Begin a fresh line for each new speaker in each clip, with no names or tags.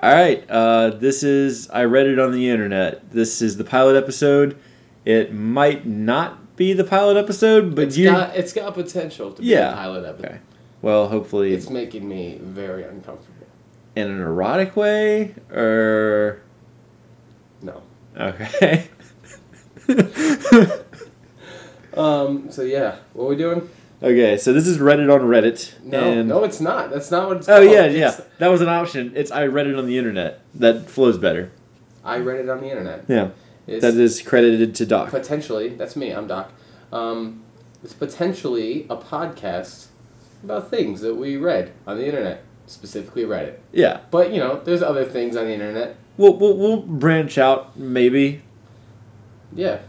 All right, uh, this is I read it on the internet. This is the pilot episode. It might not be the pilot episode, but
it's
you
got it's got potential to be
Yeah.
a pilot episode.
Okay. well, hopefully
It's making me very uncomfortable.
in an erotic way or
No.
okay.
Um. So yeah, what are we doing?
okay, so this is Reddit on Reddit.
No,
and-
no, it's not. That's not what it's
Oh
called.
yeah, yeah.
It's-
That was an option. It's I read it on the internet. That flows better.
I read it on the internet.
Yeah.
It's
that is credited to Doc.
potentially that's me. I'm Doc. Um, it's potentially a podcast about things that we read on the internet, specifically Reddit.
Yeah.
But you know, there's other things on the internet.
We'll, we'll we'll branch out maybe.
Yeah.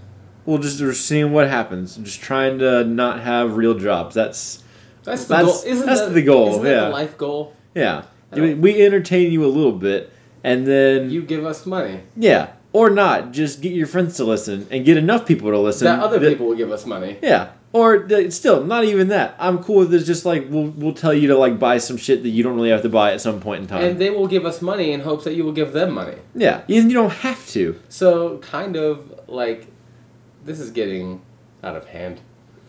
We'll just we're seeing what happens. Just trying to not have real jobs. That's
That's the
That's-
goal. Isn't
that's
that,
the goal,
Isn't that
yeah.
the life goal?
yeah.
I don't-
We entertain you a little bit, and then
You give us money.
yeah, or not. Just get your friends to listen and get enough people to listen.
that other people will give us money.
Yeah. Or th- still, not even that. I'm cool with this. Just like we'll we'll tell you to like buy some shit that you don't really have to buy at some point in time.
And they will give us money in hopes that you will give them money.
yeah, you, you don't have to.
So kind of like this is getting out of hand.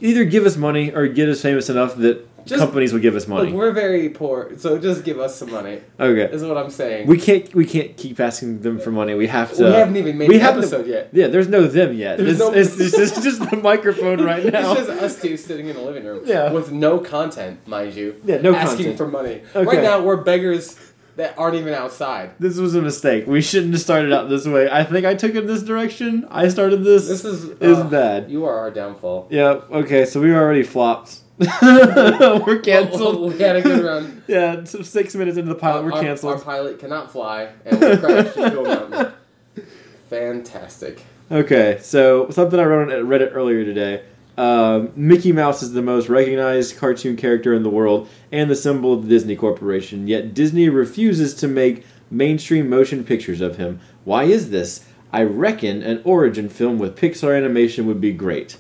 Either give us money or get us famous enough that
Just-
companies will give us money.
Look, we're very poor, so just give us some money.
Okay.
Is what I'm saying.
We can't we can't keep asking them for money. We have to.
We haven't even made
we
an
haven't-
episode yet.
Yeah, there's no them yet. This,
There's no-
it's, it's just, it's just the microphone right now.
It's just us two sitting in a living room
Yeah.
with no content, mind you.
Yeah, no
asking
content.
for money.
Okay.
Right now we're beggars that aren't even outside.
this was a mistake. We shouldn't have started out this way. I think I took it this direction. I started this.
This is
is
uh,
bad.
You are our downfall.
Yeah. Okay. So we already flopped. we're canceled.
Oh, we had a good run.
Yeah. So six minutes into the pilot, we're
Our- Our,
canceled.
pilot cannot fly, and we crashed into a mountain. Fantastic.
Okay. So something I wrote on Reddit earlier today. Um, Mickey Mouse is the most recognized cartoon character in the world and the symbol of the Disney Corporation. Yet Disney refuses to make mainstream motion pictures of him. Why is this? I reckon an origin film with Pixar animation would be great.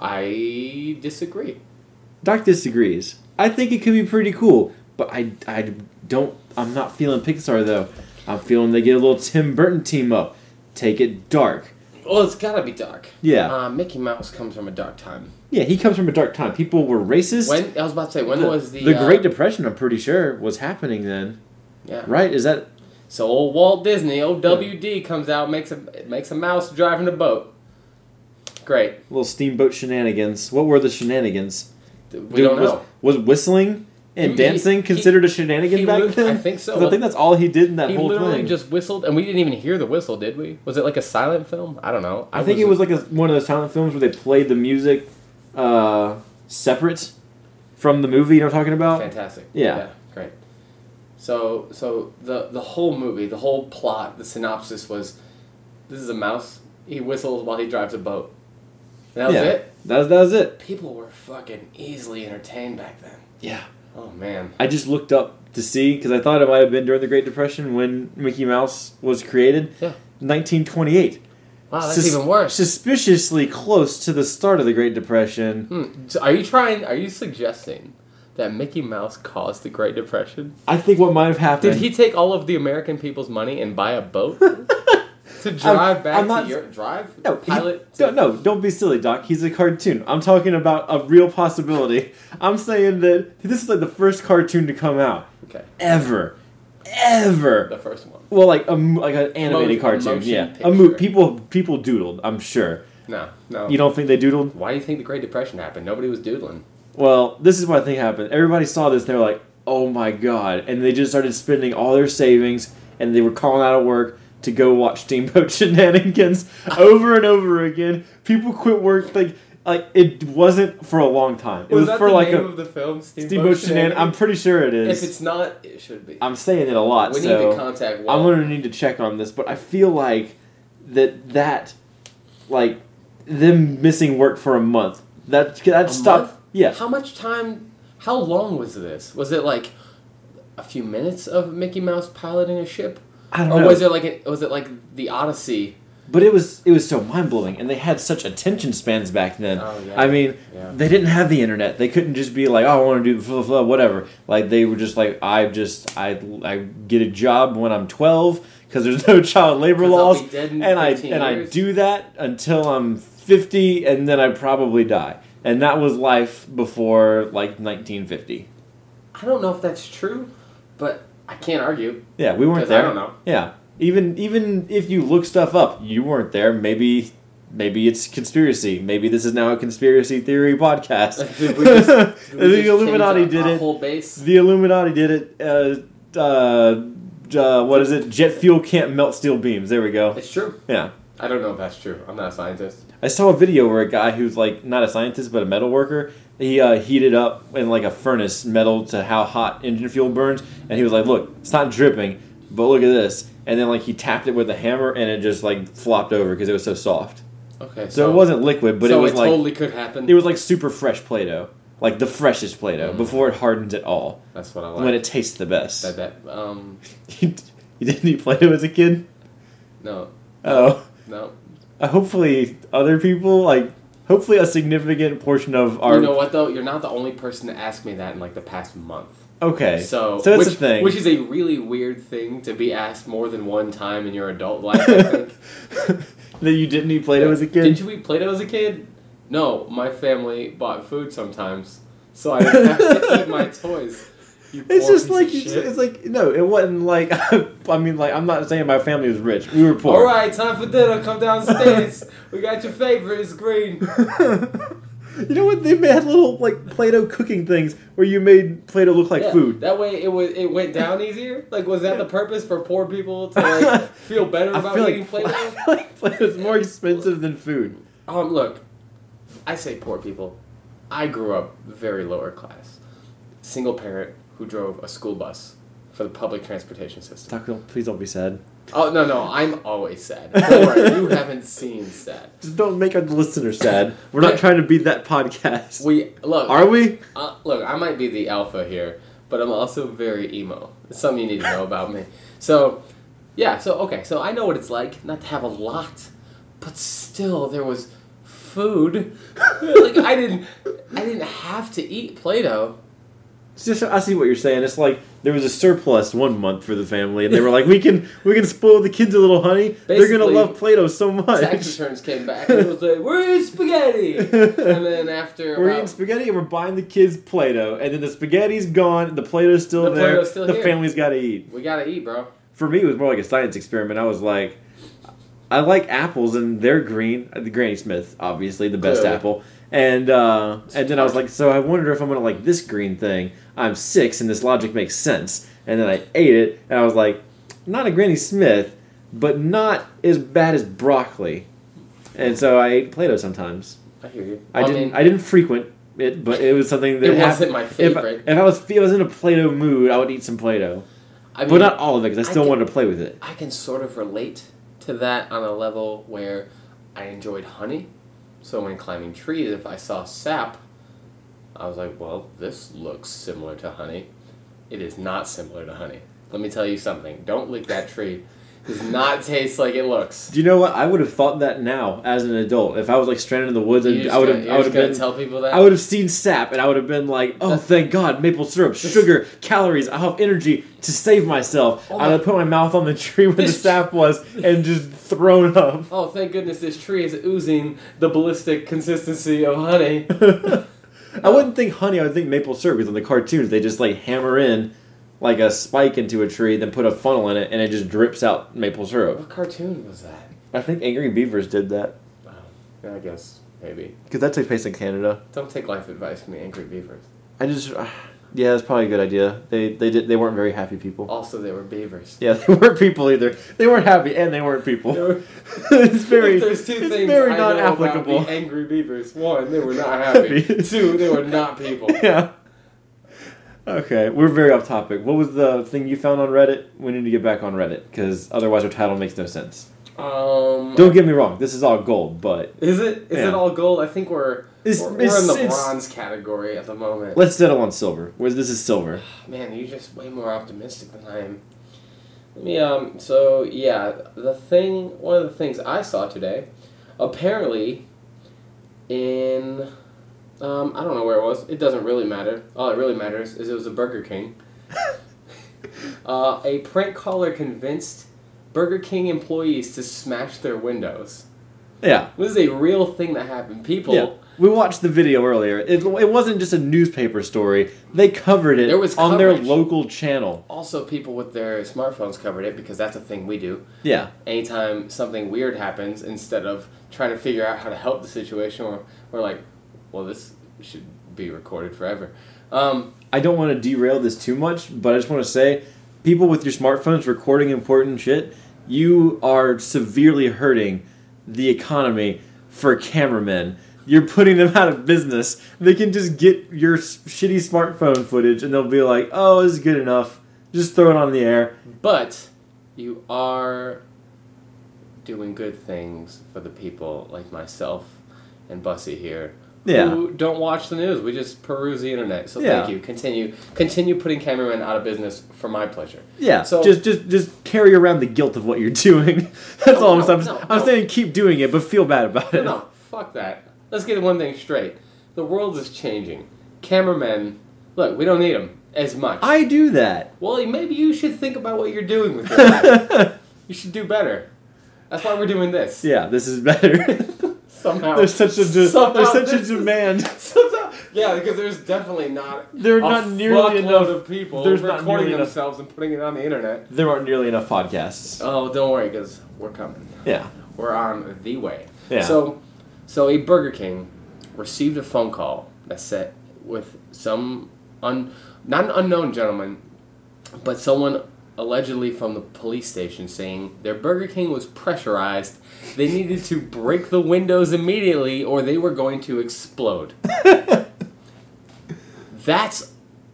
I disagree.
Doc disagrees. I think it could be pretty cool, but I, I don't. I'm not feeling Pixar though. I'm feeling they get a little Tim Burton team up, take it dark.
Well, it's gotta be dark.
Yeah,
Uh, Mickey Mouse comes from a dark time.
yeah. He comes from a dark time. People were racist.
When I was about to say, when was the uh,
Great Depression? I'm pretty sure was happening then.
Yeah.
Right? Is that
So old Walt Disney, old WD, comes out makes a makes a mouse driving a boat. Great.
little steamboat shenanigans? What were the shenanigans?
We
Dude,
don't
was,
know.
Was whistling and
He-
dancing
he-
considered a shenanigan
he
back
lit-
then?
I think so.
'Cause I think that's all he did in that
He
whole
literally
thing.
just whistled, and we didn't even hear the whistle, did we? Was it like a silent film? I don't know.
I think it was like a, one of those silent films where they played the music uh, separate from the movie. You know what I'm talking about?
fantastic.
Yeah.
great. So, so the the whole movie, the whole plot, the synopsis was: this is a mouse. He whistles while he drives a boat. And that was
yeah.
it.
That was, that was it.
People were fucking easily entertained back then.
Yeah.
Oh man.
I just looked up to see because I thought it might have been during the Great Depression when Mickey Mouse was created.
Yeah.
1928.
Wow, Oh, that's
Sus-
even worse.
Suspiciously close to the start of the Great Depression.
Hmm. So are you trying? Are you suggesting that Mickey Mouse caused the Great Depression?
I think what might have happened.
Did he take all of the American people's money and buy a boat to drive back
I'm not-
to Europe? Drive?
No, he-
pilot.
don't, no, don't be silly, Doc. He's a cartoon. I'm talking about a real possibility. I'm saying that this is like the first cartoon to come out.
Okay,
ever, ever.
the first one.
Well, like a mo- like an animated
Mo-
cartoon,
motion
yeah. A mo-
picture.
people people doodled. I'm sure.
No, no.
You don't think they doodled?
Why do you think the Great Depression happened? Nobody was doodling.
Well, this is what I think happened. Everybody saw this. They were like, "Oh my god!" And they just started spending all their savings, and they were calling out of work to go watch Steamboat Shenanigans over and over again. People quit work like like it wasn't for a long time. It was, for like a
of the film?
Steamboat Shenan. I'm pretty sure it is.
If it's not, it should be.
I'm saying it a lot.
we
so.
need to contact. Walt.
I'm gonna need to check on this, but I feel like that that like them missing work for a month that that
A month?
stopped. Yeah,
How much time? How long was this? Was it like a few minutes of Mickey Mouse piloting a ship?
I don't
Or
know.
was it like a, was it like the Odyssey
But it was it was so mind blowing, and they had such attention spans back then.
Oh, yeah.
I mean,
Yeah.
they didn't have the internet. They couldn't just be like, "Oh, I want to do blah, blah, blah, whatever." Like they were just like, "I just I I get a job when I'm 12 because there's no child labor
'Cause I'll
laws,
be dead in
and I
15
and I
years."
do that until I'm 50, and then I probably die." And that was life before like 1950.
I don't know if that's true, but I can't argue.
Yeah, we weren't
'Cause I
there.
don't know.
Yeah, even even if you look stuff up, you weren't there. Maybe maybe it's conspiracy. Maybe this is now a conspiracy theory podcast.
Did we just- We just
the
changed
Illuminati
our-
did
our
it.
Whole base.
The Illuminati did it. Uh, uh, uh, what is it? Jet fuel can't melt steel beams. There we go.
It's true.
Yeah,
I don't know if that's true. I'm not a scientist.
I saw a video where a guy who's like not a scientist but a metal worker. He uh, heated up in like a furnace metal to how hot engine fuel burns, and he was like, "Look, it's not dripping, but look at this." And then like he tapped it with a hammer, and it just like flopped over because it was so soft.
Okay, so,
So, it wasn't liquid, but
so
it was like
totally could happen.
it was like super fresh Play-Doh, like the freshest
Mm.
Play-Doh before it hardens at all.
that's what I
When
like.
it tastes the best.
Said that. Um,
you didn't eat Play-Doh as a kid?
no,
Oh,
no.
Uh, hopefully other people like hopefully a significant portion of our
you know what though? You're not the only person to ask me that in like the past month.
okay.
So,
so that's
which,
the thing.
which is a really weird thing to be asked more than one time in your adult life. I think.
that you didn't eat Play-Doh as a kid.
Did you eat Play-Doh as a kid? No, my family bought food sometimes, so I didn't have to eat my toys. You
It's
poor
just
piece
like
of
you just-
shit.
it's like no, it wasn't like I mean like I'm not saying my family was rich. We were poor.
All right, time for dinner. Come downstairs. we got your favorite. It's green.
you know what? They had little like Play-Doh cooking things where you made Play-Doh look like
Yeah,
food.
That way, it was it went down easier. Like, was that the purpose for poor people to like feel better
I
about
feel,
eating
like,
Play-Doh?
I feel like Play-Doh's more expensive than food.
Um, look, I say poor people. I grew up very lower class, single parent who drove a school bus for the public transportation system.
Taco, please don't be sad.
Oh no, no, I'm always sad. Don't worry, you haven't seen sad.
Just don't make our listener sad. We're not trying to be that podcast.
We look.
Are we?
Uh, look, I might be the alpha here, but I'm also very emo. It's something you need to know about me. So, yeah, so okay, so I know what it's like not to have a lot, but still there was food. like I didn't, I didn't have to eat Play-Doh.
It's just I see what you're saying. It's like there was a surplus one month for the family, and they were like, "We can we can spoil the kids a little, honey. They're gonna
Basically,
love Play-Doh so
Tax
much.
returns came back. And it was like we're eating spaghetti, and then after
We're
about-
eating spaghetti and we're buying the kids Play-Doh, and then the spaghetti's gone, the Play-Doh's still
The
there.
Play-Doh's still
the
here.
family's got to eat.
we gotta eat, bro.
For me, it was more like a science experiment. I was like, I like apples, and they're green. The Granny Smith, obviously, the best
Clearly.
apple. And uh, and then I was like, so I wonder if I'm gonna like this green thing. I'm six, and this logic makes sense. And then I ate it, and I was like, not a Granny Smith, but not as bad as broccoli. And so I ate Play-Doh sometimes.
I hear you.
I
Well,
didn't.
mean,
I didn't frequent it, but it was something that
It wasn't
happened-
my
if I-
favorite.
If, I was if I was in a Play-Doh mood, I would eat some Play-Doh,
I mean,
but not all of it because I
I
still
can-
wanted to play with it.
I can sort of relate to that on a level where I enjoyed honey. So when climbing trees, if I saw sap, I was like, well, this looks similar to honey. It is not similar to honey. Let me tell you something. Don't lick that tree. It does not taste like it looks.
Do you know what? I would have thought that now as an adult. If I was like stranded in the woods,
You
and
just
I would
gonna-
have,
you're
I would
just
have
gonna
been,
tell people that.
I would have seen sap, and I would have been like, "Oh, thank God, maple syrup, sugar, calories. I have energy to save myself."
Oh
I would have put my mouth on the tree where the
This-
sap was and just thrown up.
oh, thank goodness this tree is oozing the ballistic consistency of honey.
I wouldn't think honey. I would think maple syrup because in the cartoons they just like hammer in like a spike into a tree, then put a funnel in it, and it just drips out maple syrup.
what cartoon was that?
I think Angry Beavers did that
Wow. Yeah, I guess maybe.
because that's a place in Canada.
Don't take life advice from the angry beavers.
I just, uh, yeah, that's probably a good idea. They they did they weren't very happy people.
Also, they were beavers.
Yeah, they weren't people either. They weren't happy, and they weren't
They
people.
were-
it's very,
If there's two
it's
things
very
I know
non
about
applicable.
the angry beavers. One, they were not happy.
Happy.
Two, they were not people.
Yeah. Okay, we're very off topic. What was the thing you found on Reddit? We need to get back on Reddit because otherwise our title makes no sense.
Um,
Don't get me wrong, this is all gold, but
is it is
Yeah.
it all gold? I think we're
It's-
we're,
it's-
we're in the
it's-
bronze category at the moment.
let's settle on silver. Whereas this is silver.
Man, you're just way more optimistic than I am. Yeah, um, so yeah, the thing, one of the things I saw today, apparently, in, um, I don't know where it was, it doesn't really matter. All it really matters is it was a Burger King. uh, a prank caller convinced Burger King employees to smash their windows.
Yeah.
This is a real thing that happened. People,
Yeah. We watched the video earlier. It, it wasn't just a newspaper story. They covered it
There was
on their
coverage.
local channel.
also people with their smartphones covered it because that's a thing we do.
Yeah.
anytime something weird happens, instead of trying to figure out how to help the situation, we're, we're like, well, this should be recorded forever. Um,
I don't want to derail this too much, but I just want to say people with your smartphones recording important shit, you are severely hurting the economy for cameramen. You're putting them out of business. They can just get your s- shitty smartphone footage and they'll be like, oh, it's good enough. Just throw it on the air.
but you are doing good things for the people like myself and Bussy here.
Yeah.
Who don't watch the news? We just peruse the internet. So
Yeah.
thank you. Continue, continue putting cameramen out of business for my pleasure.
Yeah.
So-
just just just carry around the guilt of what you're doing. That's
No,
all I'm
no,
saying.
no,
I'm
no.
saying keep doing it, but feel bad about
Oh, No,
it.
no, fuck that. Let's get one thing straight. The world is changing. Cameramen, look, we don't need them as much.
I do that.
Well, maybe you should think about what you're doing with your life. you should do better. That's why we're doing this.
Yeah, this is better.
Somehow.
there's such a de-
Somehow
there's such a
this is-
demand.
somehow- yeah, because there's definitely not.
There are
a
not nearly
fuckload
enough.
of people
there's not
recording
nearly enough-
themselves and putting it on the internet.
There aren't nearly enough podcasts.
Oh, don't worry, because we're coming.
Yeah.
We're on the way.
Yeah.
So, so a Burger King received a phone call that said with some un, not an unknown gentleman, but someone allegedly from the police station saying their Burger King was pressurized. They needed to break the windows immediately, or they were going to explode. That's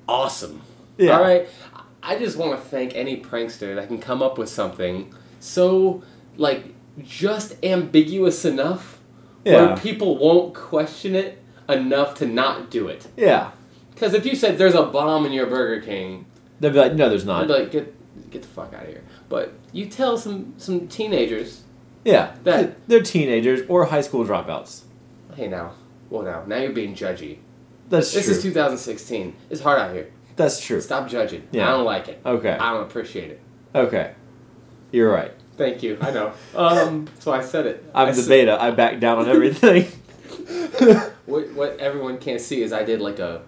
awesome.
Yeah.
All right. I just want to thank any prankster that can come up with something so, like, just ambiguous enough
Yeah.
where people won't question it enough to not do it.
Yeah.
Because if you said there's a bomb in your Burger King,
They'd be like, no, there's not.
I'd be like, get, get the fuck out of here. But you tell some, some teenagers,
yeah.
That-
They're teenagers or high school dropouts.
hey, now, well, now, now you're being judgy.
That's
This
true.
is 2016. It's hard out here.
That's true.
Stop judging.
Yeah.
I don't like it.
Okay.
I don't appreciate it.
Okay. You're right.
Thank you. I know. Um, so I said it.
I'm
I
the
said-
beta. I back down on everything.
What, what everyone can't see is I did like a,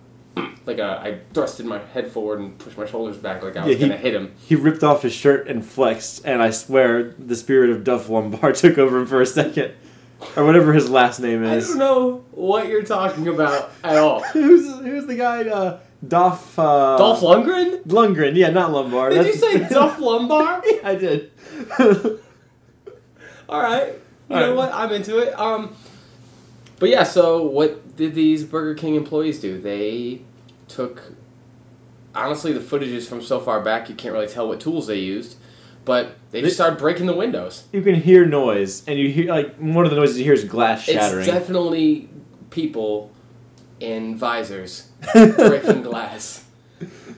like a, I thrusted my head forward and pushed my shoulders back like I was
Yeah, he-
gonna hit him.
He ripped off his shirt and flexed, and I swear the spirit of Duff Lombard took over him for a second. Or whatever his last name
I
is.
don't know what you're talking about at all.
Who's who's the guy? Uh, Duff. Uh,
Dolph Lundgren?
Lundgren. Yeah, not Lombard.
Did you
That's-
say Duff Lumbar?
I did.
All right. You
All
know
right.
what? I'm into it. Um, but yeah. So what did these Burger King employees do? They took. Honestly, the footage is from so far back you can't really tell what tools they used, but they just
They-
started breaking the windows.
you can hear noise, and you hear like one of the noises you hear is glass shattering.
It's definitely people in visors breaking glass.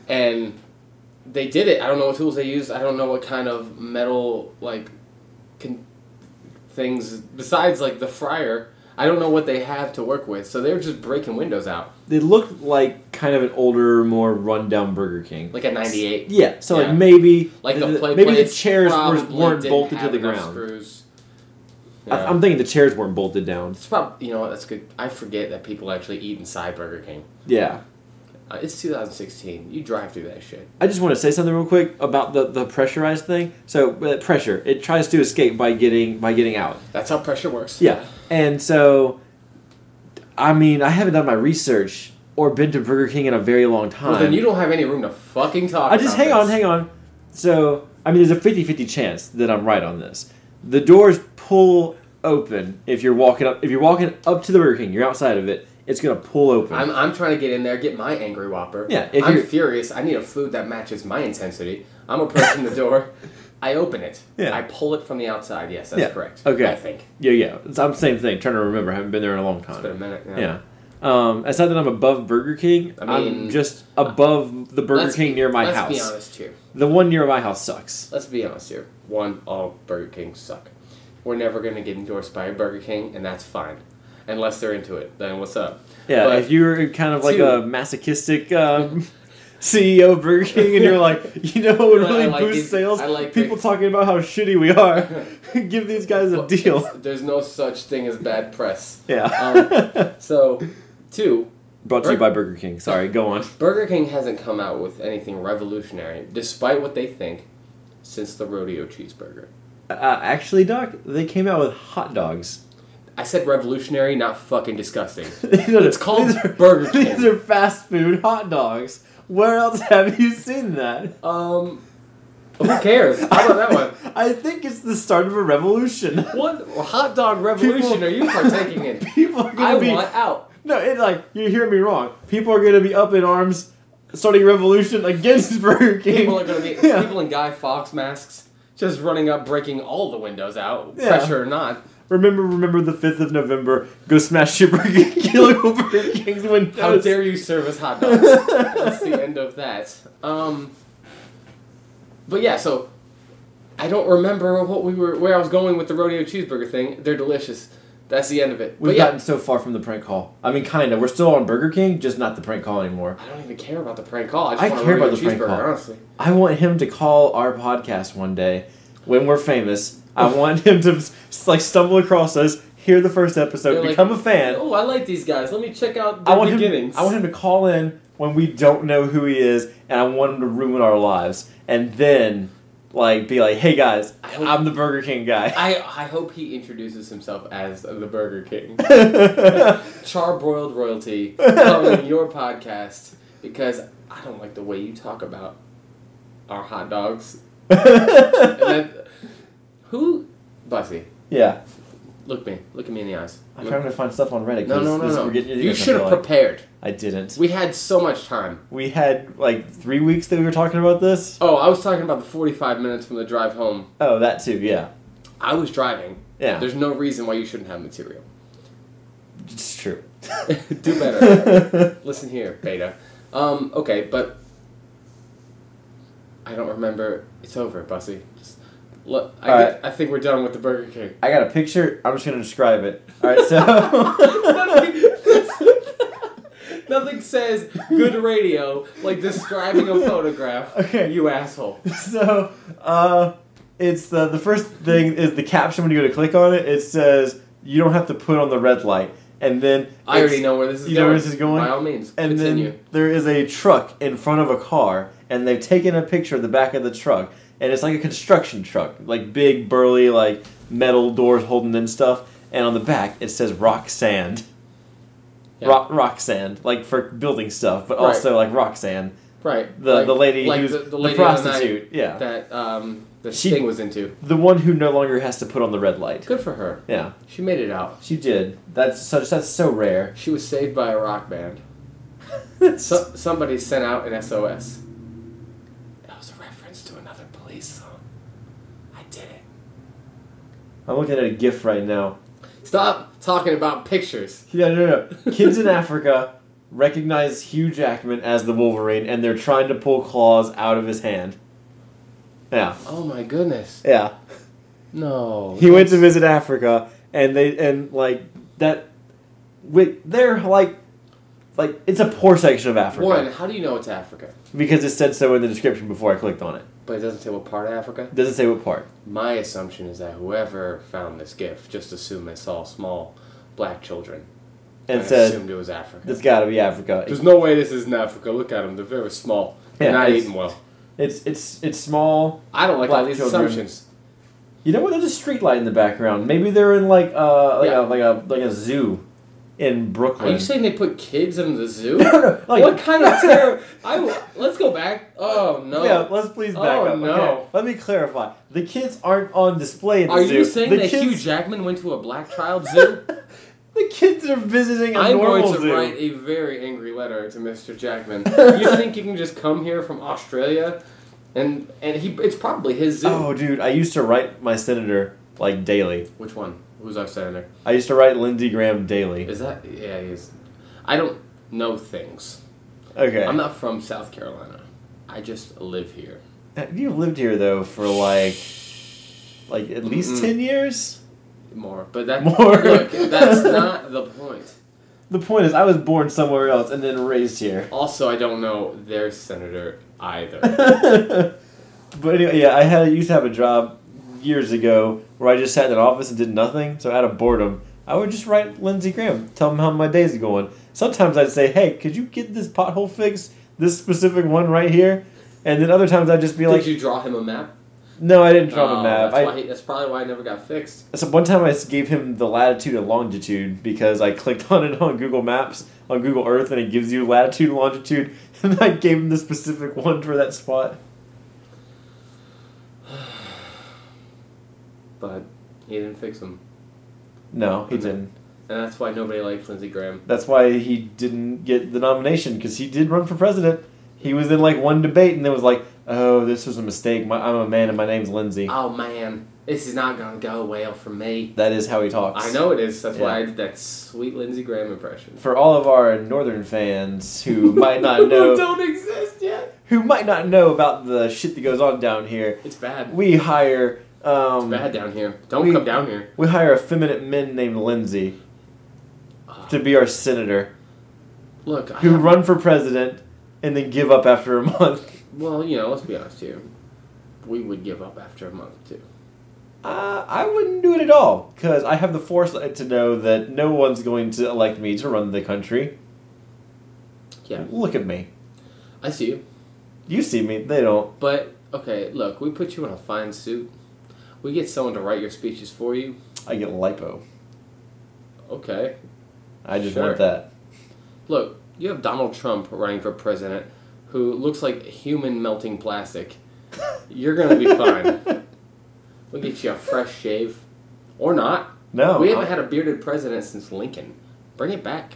And they did it. I don't know what tools they used. I don't know what kind of metal like con- things besides like the fryer. I don't know what they have to work with. So they're just breaking windows out
they look like kind of an older, more rundown Burger King.
like a 98.
yeah, so
Yeah.
like maybe
Like the, play
maybe the
plates
chairs were,
probably
weren't
didn't
bolted to
have
the
enough
ground.
Screws.
I-
Yeah.
I'm thinking the chairs weren't bolted down.
it's probably you know what that's good. I forget that people actually eat inside Burger King.
Yeah.
Uh, it's 2016. You drive through that shit.
I just want to say something real quick about the, the pressurized thing. So uh, pressure, it tries to escape by getting by getting out.
That's how pressure works.
Yeah, and so, I mean, I haven't done my research or been to Burger King in a very long time.
Well, then you don't have any room to fucking talk.
Uh, I just
about
hang on,
this.
hang on. So I mean, there's a 50-50 chance that I'm right on this. The doors pull open if you're walking up. If you're walking up to the Burger King, you're outside of it. It's gonna pull open.
I'm, I'm trying to get in there, get my angry whopper.
Yeah, if
I'm
you're-
furious. I need a food that matches my intensity. I'm approaching the door. I open it.
Yeah.
I pull it from the outside. Yes, that's
Yeah.
correct.
Okay.
I think.
yeah, yeah. It's, I'm the same thing. Trying to remember. I haven't been there in a long
It's been a
time.
minute. Yeah.
Yeah. Um, it's not that I'm above Burger King.
I
I
mean,
am just above the Burger
Let's
King
be-
near my
let's
house.
be honest here.
The one near my house sucks.
Let's be honest here. One, all Burger Kings suck. We're never gonna get endorsed by a Burger King, and that's fine, unless they're into it. Then what's up?
Yeah,
But-
if you're kind of like
Two.
a masochistic um, CEO of Burger King, and you're like, you know, what would
But I
really
like
boost
these-
sales.
I like
people
Burger-
talking about how shitty we are. Give these guys a
Well,
deal.
it's- There's no such thing as bad press. Um,
Yeah.
So, two,
Brought to you
Bur-
by Burger King. Sorry, go on.
Burger King hasn't come out with anything revolutionary, despite what they think, since the rodeo cheeseburger.
Uh, actually, Doc, they came out with hot dogs.
I said revolutionary, not fucking disgusting.
it's
called Burger King.
These are fast food hot dogs. Where else have you seen that?
Um, who cares? How about that one?
I think it's the start of a revolution.
What hot dog revolution
People-
are you partaking in?
People are gonna
I
be
want out.
no, it like you hear me wrong. People are gonna be up in arms, starting a revolution against Burger King.
People are gonna be
Yeah.
people in Guy Fox masks, just running up, breaking all the windows out,
Yeah.
pressure or not.
Remember, remember the fifth of November. Go smash your Burger King, local Burger King's windows.
How dare you serve us hot dogs? That's the end of that. Um, but yeah, so I don't remember what we were, where I was going with the rodeo cheeseburger thing. They're delicious. That's the end of it.
We've
but yeah,
gotten so far from the prank call. I mean, kinda. We're still on Burger King, just not the prank call anymore.
I don't even care about the prank call. I just
I
want
care
a rodeo
about the
cheeseburger,
prank call.
honestly.
I want him to call our podcast one day when we're famous. I want him to s- like stumble across us, hear the first episode,
They're like,
become a fan.
Oh, I like these guys. Let me check out
I
their
want him.
beginnings.
I want him to call in when we don't know who he is, and I want him to ruin our lives, and then like be like, "Hey guys,
I hope-
I'm the Burger King guy."
I, I hope he introduces himself as the Burger King.
I
Charbroiled royalty on your podcast because I don't like the way you talk about our hot dogs. And then, who, Bussy?
yeah,
Look me. Look at me in the eyes.
I'm
Look-
trying to find stuff on Reddit.
no,
'cause
no,
this-
no,
we're
no.
getting-
You should have prepared.
I didn't.
We had so much time.
We had like three weeks that we were talking about this.
Oh, I was talking about the forty-five minutes from the drive home.
Oh, that too. Yeah,
I was driving.
yeah.
There's no reason why you shouldn't have material.
It's true.
Do better. Listen here, Beta. Um, okay, but I don't remember. It's over, Bussy. Just look. I,
All
get- I think we're done with the Burger King.
I got a picture. I'm just gonna describe it. All right, so
nothing, nothing says good radio like describing a photograph.
Okay.
You asshole.
so uh, it's uh, the first thing is the caption when you go to click on it. It says you don't have to put on the red light, and then
I
it's-
already know where this is
you know
going.
where this is going?
By all means,
And
continue.
then there is a truck in front of a car, and they've taken a picture of the back of the truck, and it's like a construction truck, like big burly like metal doors holding in stuff, and on the back it says rock sand.
Yeah.
Rock, rock sand, like for building stuff, but
Right.
also like rock sand.
right.
The
like-
the lady
like
who's
the,
the,
the lady on the night
prostitute, yeah,
that um the
She-
thing was into.
the one who no longer has to put on the red light.
Good for her.
Yeah,
She made it out.
she did. That's such that's so rare.
She was saved by a rock band. So, somebody sent out an SOS. That was a reference to another police song. I did it.
I'm looking at a GIF right now.
Stop talking about pictures.
Yeah, no, no, no. Kids in Africa recognize Hugh Jackman as the Wolverine, and they're trying to pull claws out of his hand. Yeah,
Oh my goodness.
yeah.
No.
He went to visit Africa, and they and like that. With they're like, like it's a poor section of Africa
One, how do you know it's Africa?
because it said so in the description before I clicked on it.
But it doesn't say what part of Africa.
Doesn't say what part.
My assumption is that whoever found this gift just assumed they saw small black children
And
I
said
assumed it was Africa.
it's got to be Africa.
There's no way this isn't Africa. Look at them; they're very small. They're
Yeah,
not
it's-
eating well.
It's it's it's small.
I don't like
black
all these
children.
assumptions.
You know what? There's a street light in the background. Maybe they're in like uh like a
Yeah.
like a like a zoo in Brooklyn.
Are you saying they put kids in the zoo?
No, no, like-
what kind of terror? I w- let's go back. Oh no!
Yeah, let's please back
Oh,
up.
no.
Okay, let me clarify. The kids aren't on display in the
Are
zoo.
you saying
the
that
kids,
Hugh Jackman went to a black child zoo?
The kids are visiting a
I'm
normal
going to
zoo.
write a very angry letter to Mr. Jackman. you think you can just come here from Australia, and and he? It's probably his zoo.
Oh, dude, I used to write my senator like daily.
Which one? Who's our senator?
I used to write Lindsey Graham daily.
Is that? Yeah, he is. I don't know things.
Okay.
I'm not from South Carolina. I just live here.
You've lived here though for like, like at least
Mm-mm.
ten years.
More, but that
More.
look, that's not the point.
The point is, I was born somewhere else and then raised here.
Also, I don't know their senator either.
but anyway, yeah, I had used to have a job years ago where I just sat in an office and did nothing. So out of boredom, I would just write Lindsey Graham, tell him how my days are going. Sometimes I'd say, "Hey, could you get this pothole fixed? This specific one right here." And then other times I'd just be like,
Did you draw him a map?
"No, I didn't draw him
Oh,
a map.
That's,
I,
why he- that's probably why I never got fixed.
So one time I gave him the latitude and longitude because I clicked on it on Google Maps, on Google Earth, and it gives you latitude and longitude. And I gave him the specific one for that spot.
But he didn't fix him.
No, he
Mhm.
didn't.
And that's why nobody likes Lindsey Graham.
That's why he didn't get the nomination because he did run for president. He was in like one debate and then was like, "Oh, this was a mistake. My, I'm a man and my name's Lindsay."
Oh man, this is not gonna go well for me.
That is how he talks.
I know it is. That's why
Yeah.
I did that sweet Lindsey Graham impression.
For all of our northern fans who might not know,
don't exist yet.
who might not know about the shit that goes on down here,
It's bad.
we hire
It's
um,
bad down here. Don't
we-
come down here.
we hire effeminate men named Lindsay
Ah.
to be our senator
Look, I
who
have-
run for president and then give up after a month.
well, you know, let's be honest here. We would give up after a month too.
Uh, I wouldn't do it at all because I have the foresight to know that no one's going to elect me to run the country.
Yeah,
Look at me.
I see you.
You see me. They don't.
But okay, look, we put you in a fine suit. We get someone to write your speeches for you.
I get lipo.
Okay.
I just
Sure.
want that.
Look, you have Donald Trump running for president who looks like human melting plastic. You're going to be fine. We'll get you a fresh shave. Or not.
No.
we haven't
I-
had a bearded president since Lincoln. Bring it back.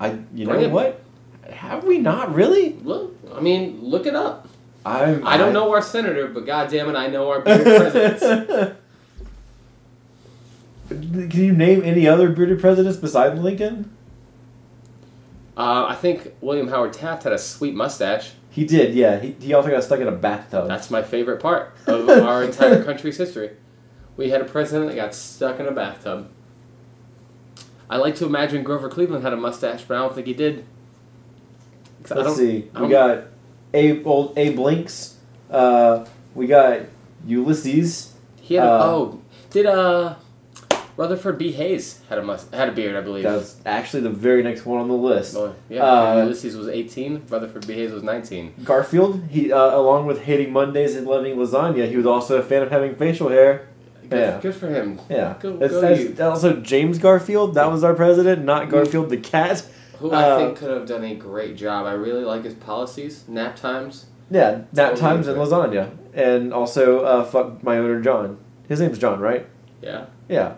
I. You
Bring
know
it-
what? Have we not really?
Look, I mean, look it up.
I'm.
I don't know our senator, but goddamn it, I know our bearded presidents. Uh,
Can you name any other bearded presidents besides Lincoln?
Uh, I think William Howard Taft had a sweet mustache.
He did, yeah. He, he also got stuck in a bathtub.
That's my favorite part of our entire country's history. We had a president that got stuck in a bathtub. I like to imagine Grover Cleveland had a mustache, but I don't think he did. 'Cause I
Let's
don't-
see.
I
We
don't-
got Abe old Abe Links. Uh, we got Ulysses.
He had a,
uh,
oh, did uh, Rutherford B. Hayes had a must had a beard, I believe.
That was actually the very next one on the list.
Oh, yeah,
uh,
Ulysses was eighteen. Rutherford B. Hayes was nineteen.
Garfield. He uh, along with hating Mondays and loving lasagna, he was also a fan of having facial hair.
Good,
Yeah.
good for him.
Yeah.
Go-
That's-
go
that's-
you.
that's also James Garfield. That was our president, not Garfield the cat.
Who I
Uh,
think could have done a great job. I really like his policies, nap times.
Yeah, nap
Totally
times and lasagna, and also uh, fuck my owner John. His name's John, right?
Yeah.
Yeah.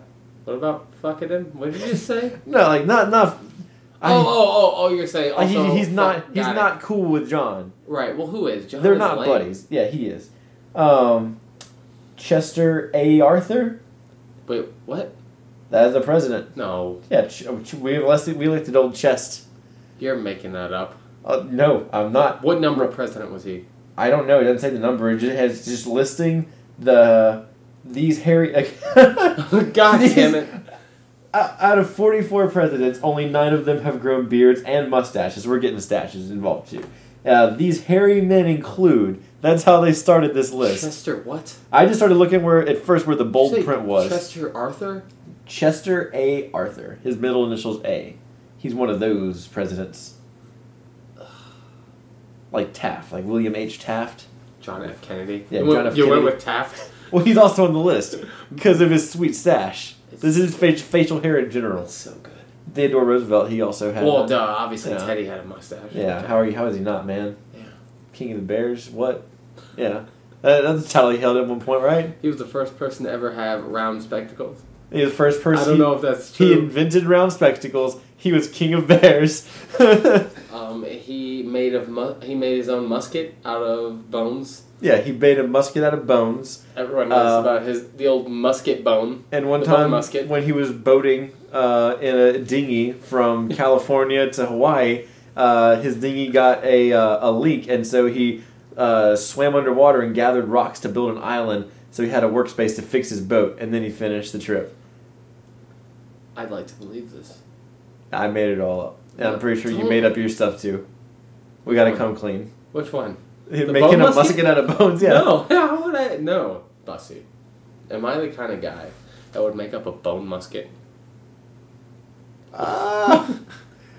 What about fucking him? What did you just say?
No, like not not. I-
oh, oh, oh, oh! You're saying
Like,
also,
he, he's
fuck,
not he's
got it.
not cool with John.
right. Well, who is? John
They're
is
not
lame.
buddies. Yeah, he is. Um, Chester A. Arthur.
Wait, what?
That is the president.
No,
Yeah, Ch- uh, Ch- we elected we elected old Chest.
you're making that up.
Uh, no, I'm not.
What number of president was he?
I don't know. It doesn't say the number. It just has just listing the these hairy. God
God damn it!
Out of 44 presidents, only nine of them have grown beards and mustaches. We're getting stashes involved too. Uh, these hairy men include. That's how they started this list.
Chester what?
I just started looking where at first where the bold
Did you say
print was.
Chester Arthur.
Chester A. Arthur. His middle initials A. He's one of those presidents. Like Taft, like William H. Taft.
John F. Kennedy.
Yeah,
you went,
John F.
you went
Kennedy.
with Taft.
Well, he's also on the list because of his sweet stash. This is fa- facial hair in general.
That's so good.
Theodore Roosevelt, he also had.
Well, duh. Obviously,
Yeah.
Teddy had a mustache.
yeah, how are you? How is he not, man?
Yeah.
King of the Bears? What? Yeah. That, that's the title he held at one point, right?
He was the first person to ever have round spectacles.
He was the first person.
I don't know if that's
He
true.
invented round spectacles. He was King of Bears.
Um, he made of mu- he made his own musket out of bones.
Yeah, he made a musket out of bones.
Everyone knows
Uh,
about his the old musket bone.
And one
The bone
time
musket.
when he was boating uh, in a dinghy from California to Hawaii, uh, his dinghy got a, uh, a leak, and so he uh, swam underwater and gathered rocks to build an island. So he had a workspace to fix his boat, and then he finished the trip.
I'd like to believe this.
I made it all up. And I'm pretty sure you
Totally.
made up your stuff too. We gotta
Totally.
come clean.
Which one?
Making
bone
a
musket?
musket out of bones, yeah.
No, how would I? No, Bussy. Am I the kind of guy that would make up a bone musket?
Ah,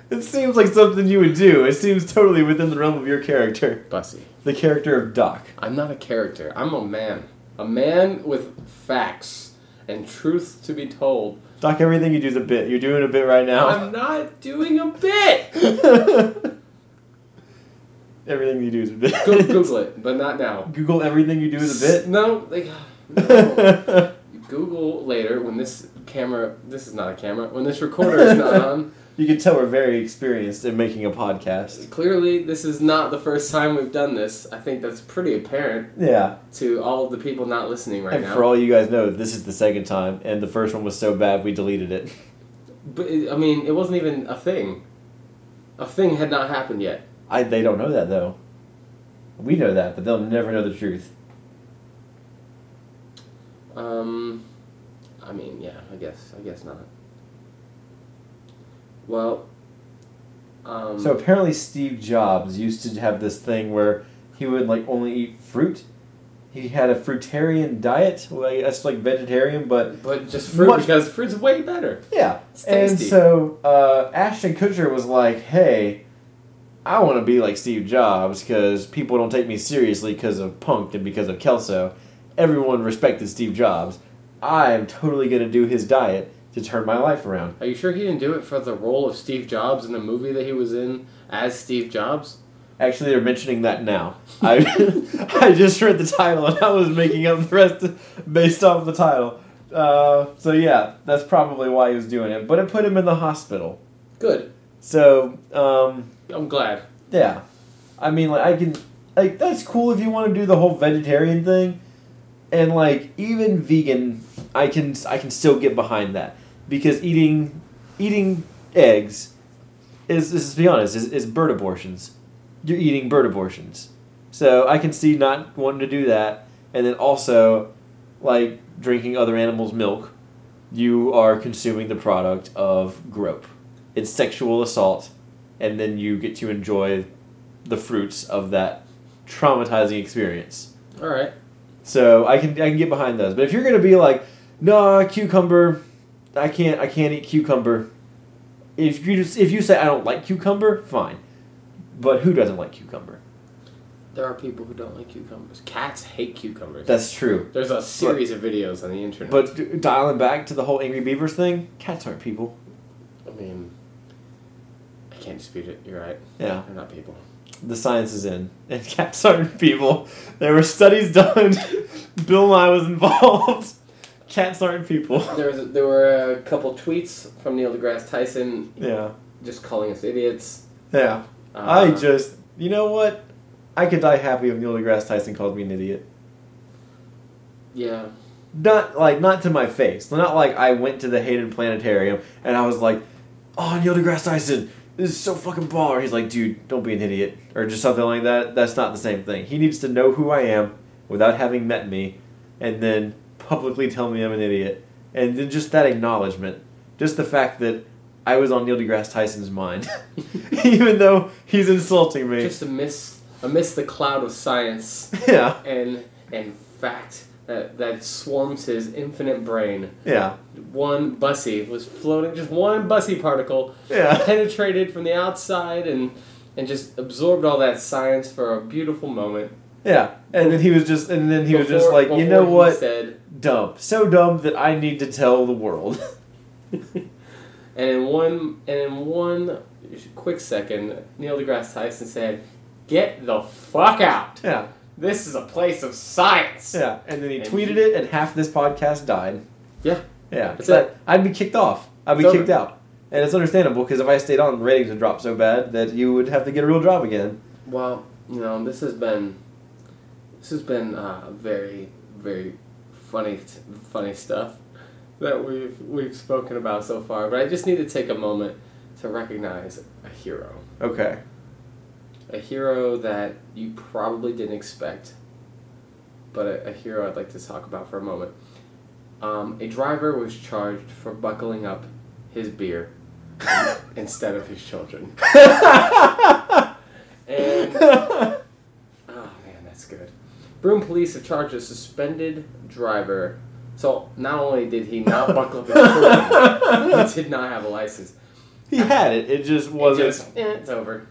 it seems like something you would do. It seems totally within the realm of your character.
Bussy.
The character of Doc.
I'm not a character. I'm a man. A man with facts and truth to be told.
Doc, everything you do is a bit. You're doing a bit right now.
I'm not doing a bit.
everything you do is a bit.
Go- Google it, but not now.
Google everything you do is a bit.
No, like. no. Google later when this camera. This is not a camera. When this recorder is not on.
you can tell we're very experienced in making a podcast.
Clearly, this is not the first time we've done this. I think that's pretty apparent
Yeah,
to all of the people not listening right
and
now.
for all you guys know, this is the second time, and the first one was so bad we deleted it.
But it- I mean, it wasn't even a thing. A thing had not happened yet.
I they don't know that though. We know that, but they'll never know the truth.
Um, I mean, yeah, I guess, I guess not. Well, um,
So apparently Steve Jobs used to have this thing where he would like only eat fruit. He had a fruitarian diet. Well, I guess like vegetarian, but
but just fruit
Much-
because fruit's way better.
yeah.
It's
And
tasty.
so uh, Ashton Kutcher was like, "Hey, I want to be like Steve Jobs because people don't take me seriously because of Punk and because of Kelso. Everyone respected Steve Jobs. I am totally gonna do his diet to turn my life around."
Are you sure he didn't do it for the role of Steve Jobs in the movie that he was in as Steve Jobs?
Actually, they're mentioning that now. I I just read the title and I was making up the rest based off the title. Uh, so yeah, that's probably why he was doing it. But it put him in the hospital.
Good.
So um,
I'm glad.
yeah, I mean, like I can like that's cool if you want to do the whole vegetarian thing, and like even vegan, I can I can still get behind that because eating eating eggs is, is to be honest is, is bird abortions. You're eating bird abortions, so I can see not wanting to do that, and then also like drinking other animals' milk, you are consuming the product of grope. It's sexual assault, and then you get to enjoy the fruits of that traumatizing experience.
All right.
So I can I can get behind those. But if you're gonna be like, nah, cucumber, I can't I can't eat cucumber. If you just if you say I don't like cucumber, fine. But who doesn't like cucumber?
There are people who don't like cucumbers. Cats hate cucumbers.
That's true.
There's a series of videos on the internet.
But d- dialing back to the whole Angry Beavers thing, cats aren't people.
I mean, I can't dispute it. You're right.
Yeah,
They're not people.
the science is in, and cats aren't people. There were studies done. Bill Nye was involved. Cats aren't people.
There was there were a couple tweets from Neil deGrasse Tyson
Yeah,
just calling us idiots.
yeah.
Uh,
I just, you know what? I could die happy if Neil deGrasse Tyson called me an idiot.
yeah.
Not like not to my face. Not like I went to the Hayden Planetarium and I was like, "Oh, Neil deGrasse Tyson, this is so fucking baller." He's like, "Dude, don't be an idiot," or just something like that. That's not the same thing. He needs to know who I am without having met me, and then publicly tell me I'm an idiot, and then just that acknowledgement, just the fact that I was on Neil deGrasse Tyson's mind, even though he's insulting me.
Just amidst amidst the cloud of science
yeah,
and and fact that that swarms his infinite brain,
yeah.
one bussy was floating. Just one bussy particle
Yeah.
penetrated from the outside and and just absorbed all that science for a beautiful moment.
Yeah. And then he was just and then he was just
Before-
like, you
before
know
he
what?
Said,
Dumb. So dumb that I need to tell the world.
And in one and in one quick second, Neil deGrasse Tyson said, "Get the fuck out!
yeah.
This is a place of science."
Yeah. And then he
And
tweeted
he-
it and half this podcast died.
Yeah.
Yeah.
That's
But I'd be kicked off. I'd be
It's
kicked out. And it's understandable because if I stayed on, ratings would drop so bad that you would have to get a real job again.
Well, you know, this has been this has been uh, very very funny funny stuff that we've we've spoken about so far. But I just need to take a moment to recognize a hero,
Okay.
a hero that you probably didn't expect, but a, a hero I'd like to talk about for a moment. Um, a driver was charged for buckling up his beer instead of his children. and Oh man, that's good. Broome police have charged a suspended driver. So not only did he not buckle up his cooling, he did not have a license.
he had it. It just
It
wasn't.
just, eh, it's over.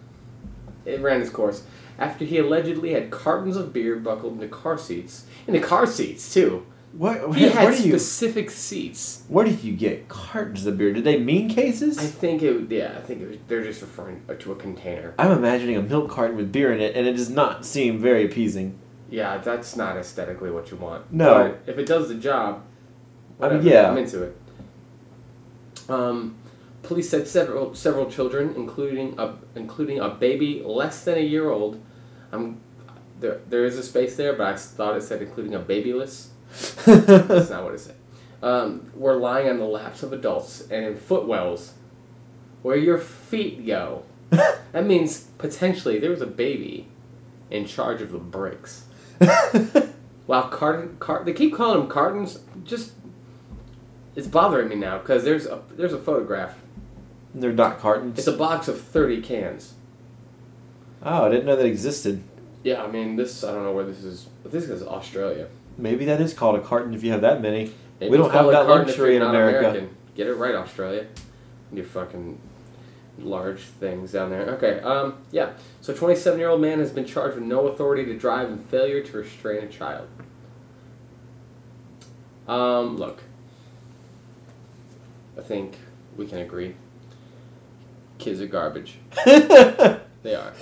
It ran its course. After he allegedly had cartons of beer buckled into car seats, into car seats too.
what?
He had
where do you?
specific seats.
Where do you get cartons of beer? Did they mean cases?
I think it. Yeah, I think it was, they're just referring to a container.
I'm imagining a milk carton with beer in it, and it does not seem very appeasing.
Yeah, that's not aesthetically what you want.
No.
But if it does the job,
I mean,
whatever,
yeah.
I'm into it. Um, police said several several children, including a including a baby less than a year old. I'm there. There is a space there, but I thought it said including a babyless. That's not what it said. Um, were lying on the laps of adults and in footwells, where your feet go. That means potentially there was a baby in charge of the brakes. Wow, carton, cart. They keep calling them cartons. Just it's bothering me now because there's a there's a photograph.
They're not
It's
cartons.
a box of thirty cans.
Oh, I didn't know that existed.
Yeah, I mean this. I don't know where this is. This is Australia.
Maybe that is called a carton if you have that many.
They
We don't
call
have
it
that
carton if
luxury in
you're not
America.
Get it right, Australia. You fucking large things down there. Okay. Um. Yeah. So, twenty-seven-year-old man has been charged with no authority to drive and failure to restrain a child. Um. Look. I think we can agree. Kids are garbage. They are.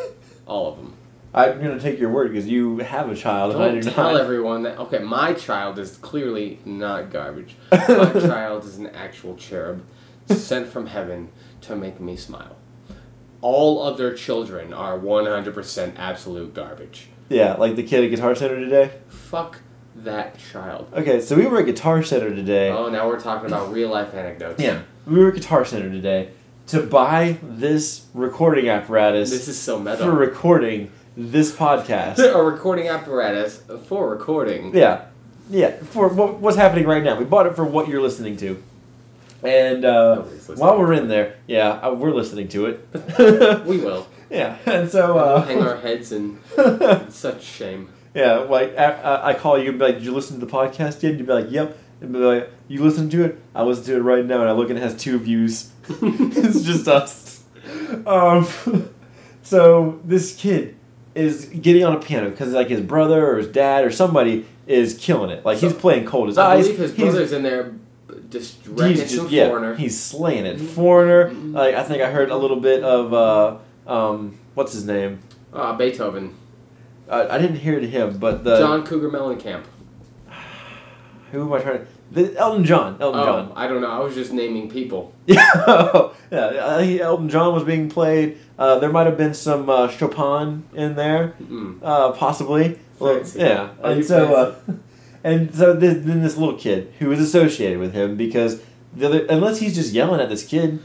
All of them.
I'm gonna take your word because you have a child. and I
Don't
do
tell
not.
everyone that. Okay, my child is clearly not garbage. My child is an actual cherub sent from heaven to make me smile. All other children are 100% absolute garbage.
Yeah, like the kid at Guitar Center today.
Fuck that child.
Okay, so we were at Guitar Center today.
Oh, now we're talking about real life anecdotes.
Yeah, we were at Guitar Center today to buy this recording apparatus
This is so
for
metal.
recording this podcast.
A recording apparatus for recording.
yeah, yeah. For what, what's happening right now, we bought it for what you're listening to. And uh,
Nobody's listening.
while we're in there, yeah, uh, we're listening to it.
We will.
yeah, and so uh,
hang our heads in such shame.
Yeah, like I, I- I call you, and be like, "Did you listen to the podcast yet?" And you'd be like, "Yep." And be like, "You listen to it? I listen to it right now." And I look, and it has two views. it's just us. Um, so this kid is getting on a piano because like his brother or his dad or somebody is killing it. Like he's
So-
playing cold as
I
ice.
believe his
He's-
brother's in there uh, just
he's
wrecking
just-
some
yeah,
foreigner.
he's slaying it.
Mhm.
Foreigner.
Mhm.
Like I think I heard a little bit of uh, um, what's his name?
Ah, Beethoven.
Uh, I didn't hear it him, but the
John Cougar Mellencamp.
Who am I trying to? The, Elton John. Elton
Oh,
John.
I don't know. I was just naming people.
yeah, I think Elton John was being played. Uh, there might have been some uh, Chopin in there,
Mm.
uh, possibly. Well,
Fancy.
yeah,
Are you
and so, uh, and so this, then this little kid who is associated with him because the other, unless he's just yelling at this kid,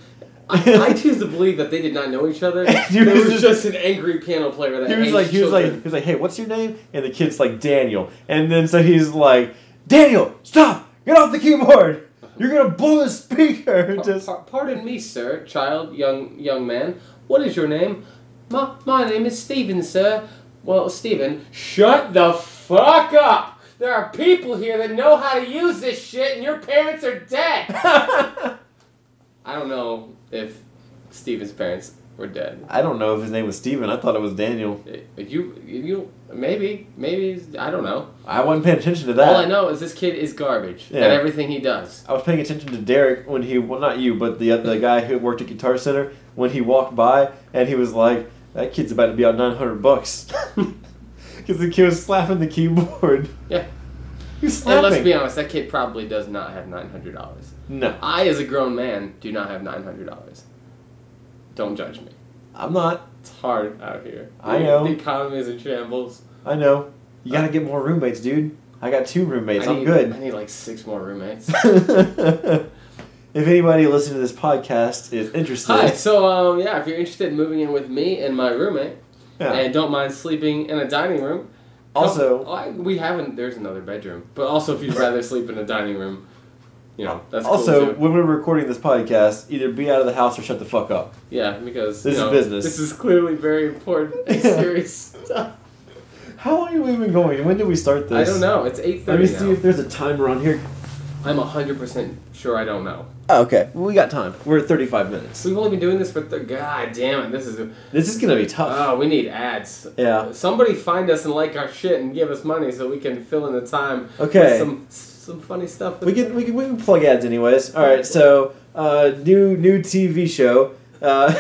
I, I choose to believe that they did not know each other.
He
there
was
was
just-
just an angry piano player that
he was
hates
like, he was like, he
children.
was like, hey, what's your name? And the kid's like Daniel, and then so he's like, Daniel, stop, get off the keyboard, you're gonna blow the speaker.
Pa-
Just
pa- Pardon me, sir, child, young young man. What is your name? My, my name is Stephen, sir. Well, Stephen, shut the fuck up! There are people here that know how to use this shit, and your parents are dead! I don't know if Stephen's parents were dead.
I don't know if his name was Steven. I thought it was Daniel.
Uh, You, you, maybe, maybe he's- I don't know.
I wasn't paying attention to
All I
that.
know is this kid is garbage
Yeah.
at everything he does.
I was paying attention to Derek when he, well, not you, but the the guy who worked at Guitar Center when he walked by and he was like, "That kid's about to be out nine hundred bucks," because the kid was slapping the keyboard.
Yeah.
he was
And let's
slapping.
be honest, that kid probably does not have nine hundred dollars.
no,
I, as a grown man, do not have nine hundred dollars. Don't judge me.
I'm not.
It's hard out here.
I
The-
know.
The economy is in shambles.
I know. You gotta get more roommates, dude. I got two roommates.
I
I'm
need,
good.
I need like six more roommates.
if anybody listening to this podcast is interested,
Hi. So um, yeah, if you're interested in moving in with me and my roommate,
yeah.
and don't mind sleeping in a dining room.
Also-
Oh, I- we haven't. There's another bedroom, but also if you'd rather sleep in a dining room, you know that's
also,
cool too.
when we're recording this podcast, either be out of the house or shut the fuck up.
Yeah, because
This
you
is
know,
business.
This is clearly very important and
Yeah.
serious stuff.
How long have we been going? When did we start
I
this?
don't know. It's eight
Let me
thirty now.
see if there's a timer on here.
I'm hundred percent sure I don't know.
Oh, okay. Well, we got time. We're at 35 minutes.
We've only been doing this for th- god damn it. This is a-
This is gonna be tough.
oh, we need ads.
yeah.
Somebody find us and like our shit and give us money so we can fill in the time.
Okay.
With some some funny stuff.
We can we can we can plug ads anyways. All right. So uh, new new TV show. Uh,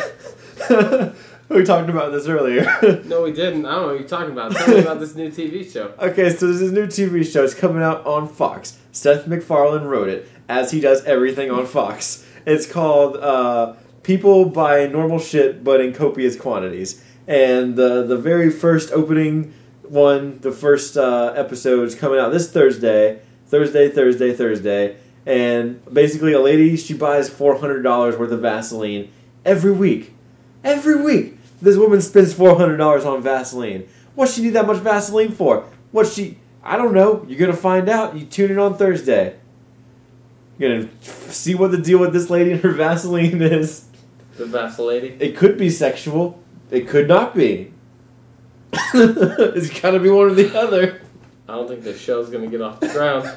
we talked about this earlier.
No, we didn't. I don't know what you're talking about. Tell me about this new TV show.
Okay, so there's this new TV show. It's coming out on Fox. Seth MacFarlane wrote it, as he does everything on Fox. It's called uh, "People Buy Normal Shit, but in Copious Quantities." And the the very first opening one, the first uh, episode is coming out this Thursday, Thursday, Thursday, Thursday. And basically, a lady she buys four hundred dollars worth of Vaseline every week. Every week, this woman spends four hundred dollars on Vaseline. What she need that much Vaseline for? What she? I don't know. You're gonna find out. You tune in on Thursday. You're gonna see what the deal with this lady and her Vaseline is.
The Vassal Lady.
It could be sexual. It could not be. it's gotta be one or the other.
I don't think this show's gonna get off the ground.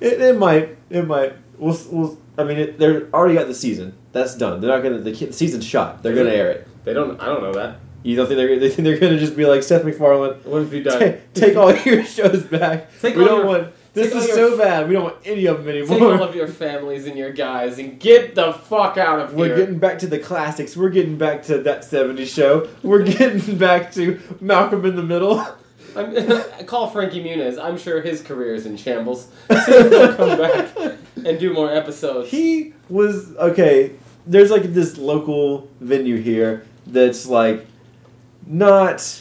It, it might. It might. We'll. s- we'll I mean, it, they're already got the season. That's done. They're not gonna. The ki- season's shot. They're gonna air it.
They don't. I don't know that.
You don't think they're? They think they're gonna just be like Seth MacFarlane.
What have you done?
Take, take all your shows back.
Take
we
all
don't
your-
want. This
take all
is
your-
so bad. We don't want any of them
Take all
anymore.
of your families and your guys and get the fuck out of
We're
here.
getting back to the classics. We're getting back to that '70s show. We're getting back to Malcolm in the Middle.
I'm, call Frankie Muniz. I'm sure his career is in shambles. See if he'll come back and do more episodes.
He was okay. There's like this local venue here that's like not.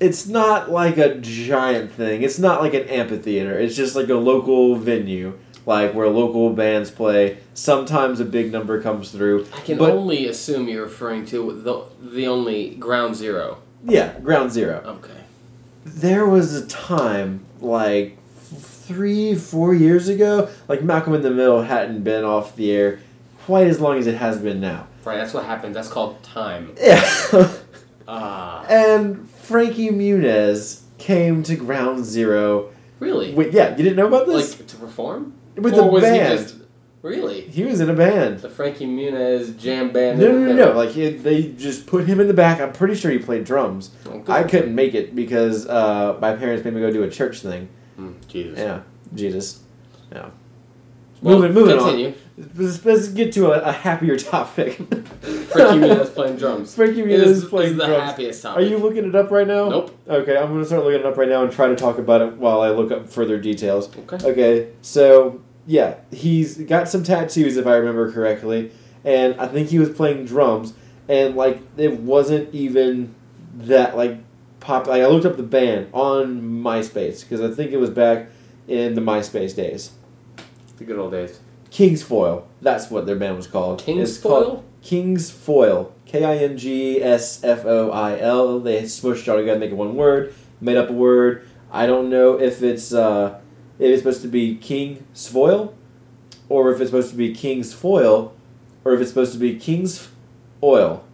It's not like a giant thing. It's not like an amphitheater. It's just like a local venue, like where local bands play. Sometimes a big number comes through.
I can
but
only assume you're referring to the the only Ground Zero.
yeah, Ground Zero.
Okay.
there was a time like f- three four years ago like malcolm in the middle hadn't been off the air quite as long as it has been now
Right. That's what happened. That's called time.
yeah
Ah.
and frankie muniz came to ground zero
really.
Wait, yeah you didn't know about this
Like to perform?
with
or
the
was
band
he just really
he was in a band
the Frankie Muniz jam band?
no
in
no
the
no,
middle?
no. like he, they just put him in the back i'm pretty sure he played drums
Oh, good
i
for
couldn't
him.
make it because uh, my parents made me go do a church thing
Mm, Jesus.
yeah jesus yeah
Well,
moving moving on
continue.
Let's, let's get to a, a happier topic.
Frankie Muniz playing drums.
Frankie
It
Muniz
is,
playing
is the
drums.
happiest
Are
topic.
you looking it up right now?
Nope.
Okay, I'm gonna start looking it up right now and try to talk about it while I look up further details.
okay?
Okay, so yeah, he's got some tattoos if I remember correctly, and I think he was playing drums, and like it wasn't even that like pop. Like I looked up the band on MySpace because I think it was back in the MySpace days.
The good old days.
Kingsfoil, that's what their band was called.
King's
It's called-
Foil.
King's Foil. K I N G S F O I L. They smushed it all together, make it one word, made up a word. I don't know if it's uh, if it's supposed to be King Sfoil, or if it's supposed to be King's Foil, or if it's supposed to be King's Oil.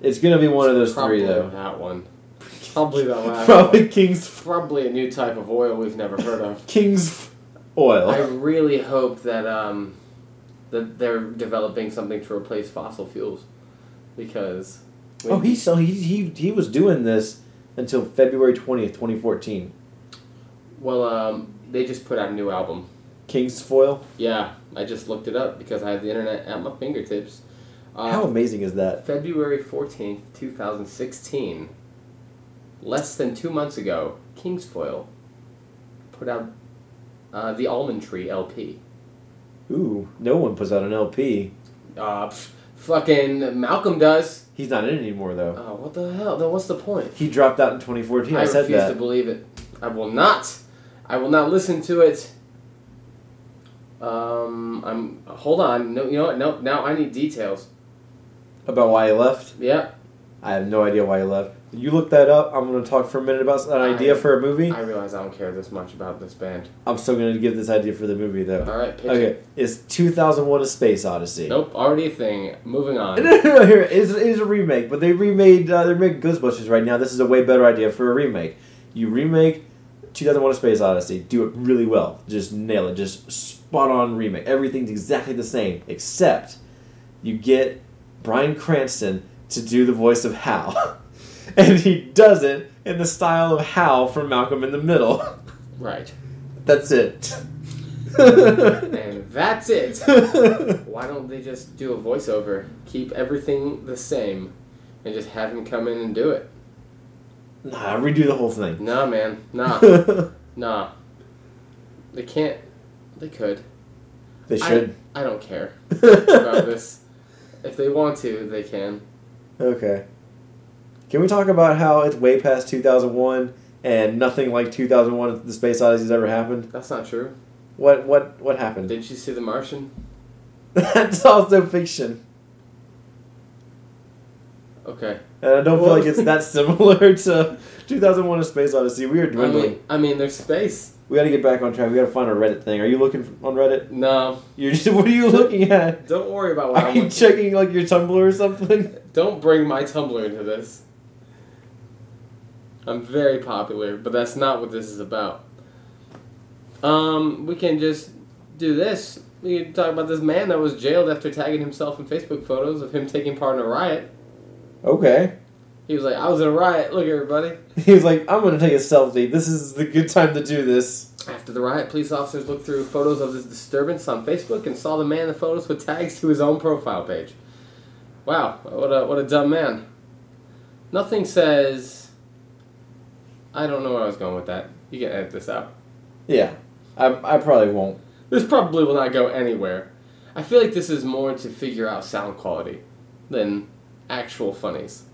It's gonna be one of those
Probably
three though.
That one. Probably that last one.
Probably King's
Probably a new type of oil we've never heard of.
King's
I
Oil.
really hope that um, that they're developing something to replace fossil fuels, because we-
Oh, he so he, he he was doing this until February twentieth, twenty fourteen.
well um, they just put out a new album.
King's Foil.
Yeah, I just looked it up because I have the internet at my fingertips. Uh,
How amazing is that?
February 14th, 2016, less than two months ago, Kingsfoil put out uh, the Almond Tree LP.
Ooh, no one puts out an LP.
Uh, pff, Fucking Malcolm does.
He's not in it anymore though.
Oh, what the hell? Then what's the point?
He dropped out in 2014. I,
I
said
refuse
that.
to believe it. I will not. I will not listen to it. Um, I'm. Hold on. No, you know what? No, now I need details.
About why he left?
Yeah,
I have no idea why he left. You look that up. I'm going to talk for a minute about an
I-
idea for a movie.
I realize I don't care this much about this band.
I'm still going to give this idea for the movie though.
All right, pitch it.
Okay, it's 2001: A Space Odyssey.
Nope, already a thing. Moving
No,
on.
no, no, no, here it is, it is a remake, but they remade uh, they're making Ghostbusters right now. This is a way better idea for a remake. You remake 2001: A Space Odyssey, do it really well, just nail it, just spot on remake. Everything's exactly the same except you get Brian Cranston to do the voice of Hal, and he does it in the style of Hal from Malcolm in the Middle.
Right.
That's it.
And that's it. Why don't they just do a voiceover? Keep everything the same, and just have him come in and do it.
nah, redo the whole thing.
Nah, man. Nah. nah. They can't. They could.
they should.
I don't care about this. If they want to, they can.
Okay. Can we talk about how it's way past 2001 and nothing like 2001 the Space Odyssey's ever happened?
That's not true.
What what what happened?
Didn't you see The Martian?
That's also fiction.
Okay.
And I don't feel
Well-
like it's that similar to 2001 a Space Odyssey. We are
I
dwindling.
mean, I mean, there's space.
we got to get back on track. We got to find a Reddit thing. Are you looking f- on Reddit?
No,
You're just, what are you looking at?
don't worry about what
Are
I'm
you checking like your Tumblr or something?
Don't bring my Tumblr into this. I'm very popular, but that's not what this is about. Um, we can just do this. We can talk about this man that was jailed after tagging himself in Facebook photos of him taking part in a riot.
Okay.
He was like, "I was in a riot. Look, everybody."
He was like, I'm going to take a selfie. This is the good time to do this.
After the riot, police officers looked through photos of this disturbance on Facebook and saw the man in the photos with tags to his own profile page. Wow, what a what a dumb man. Nothing says. I don't know where I was going with that. You can edit this out.
Yeah. I, I probably won't.
This probably will not go anywhere. I feel like this is more to figure out sound quality than actual funnies.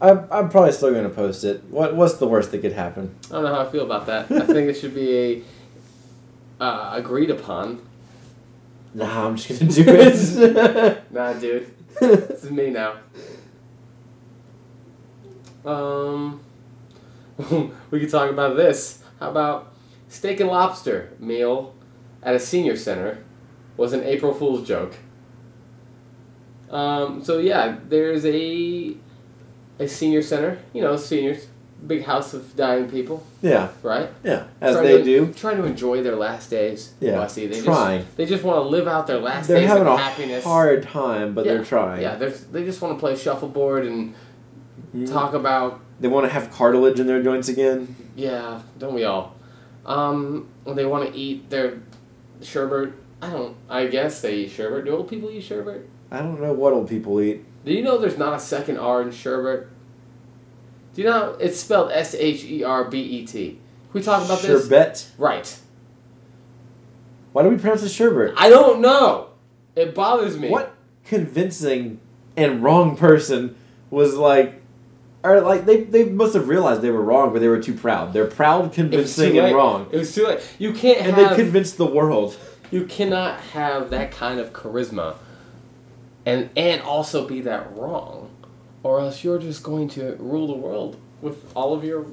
I'm, I'm probably still going to post it. What What's the worst that could happen?
I don't know how I feel about that. I think it should be a uh, agreed upon.
Nah, I'm just going to do it.
Nah, dude. This is me now. Um, we could talk about this. How about steak and lobster meal at a senior center was an April Fool's joke. Um, so yeah, there's a a senior center. You know, seniors, big house of dying people,
yeah,
right?
yeah, as
Trying
they
to-
do.
trying to enjoy their last days.
Yeah,
Bussy. Oh, They
trying.
Just, they just want to live out their last
They're
days
having
of
a
happiness.
hard time, but
Yeah,
they're trying.
Yeah, there's, they just want to play shuffleboard and
Mm.
talk about.
They want to have cartilage in their joints again.
Yeah, don't we all? Um, when they want to eat their sherbet. I don't. I guess they eat sherbet. Do old people eat sherbet?
I don't know what old people eat.
Do you know there's not a second R in sherbet? Do you know it's spelled S H E R B E T? Can we talk about
sherbet.
this? Right.
Why do we pronounce it sherbet?
I don't know. It bothers me.
What convincing and wrong person was like, or like they, they must have realized they were wrong, but they were too proud. They're proud,
It was too
convincing, and
late.
wrong.
It was too late. You can't
And they
have.
convinced the world.
You cannot have that kind of charisma and and also be that wrong or else you're just going to rule the world with all of your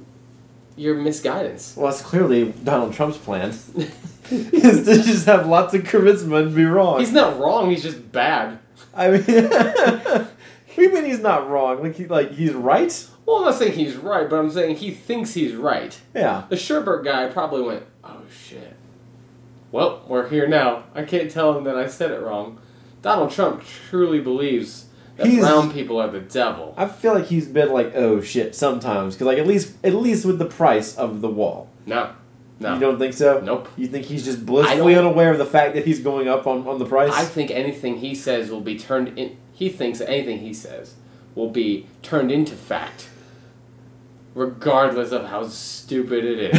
your misguidance.
Well, that's clearly Donald Trump's plan. is to just have lots of charisma and be wrong.
He's not wrong, he's just bad.
I mean, we mean he's not wrong. Like he, like he's right.
Well, I'm not saying he's right, but I'm saying he thinks he's right.
Yeah.
The Sherbert guy probably went, "Oh shit. Well, we're here now. I can't tell him that I said it wrong." Donald Trump truly believes that
He's-
brown people are the devil.
I feel like he's been like, oh shit, sometimes because like at least at least with the price of the wall,
No. No.
you don't think so?
nope.
You think he's just
I
blissfully
don't-
unaware of the fact that he's going up on, on the price?
I think anything he says will be turned in. He thinks that anything he says will be turned into fact, regardless of how stupid it is.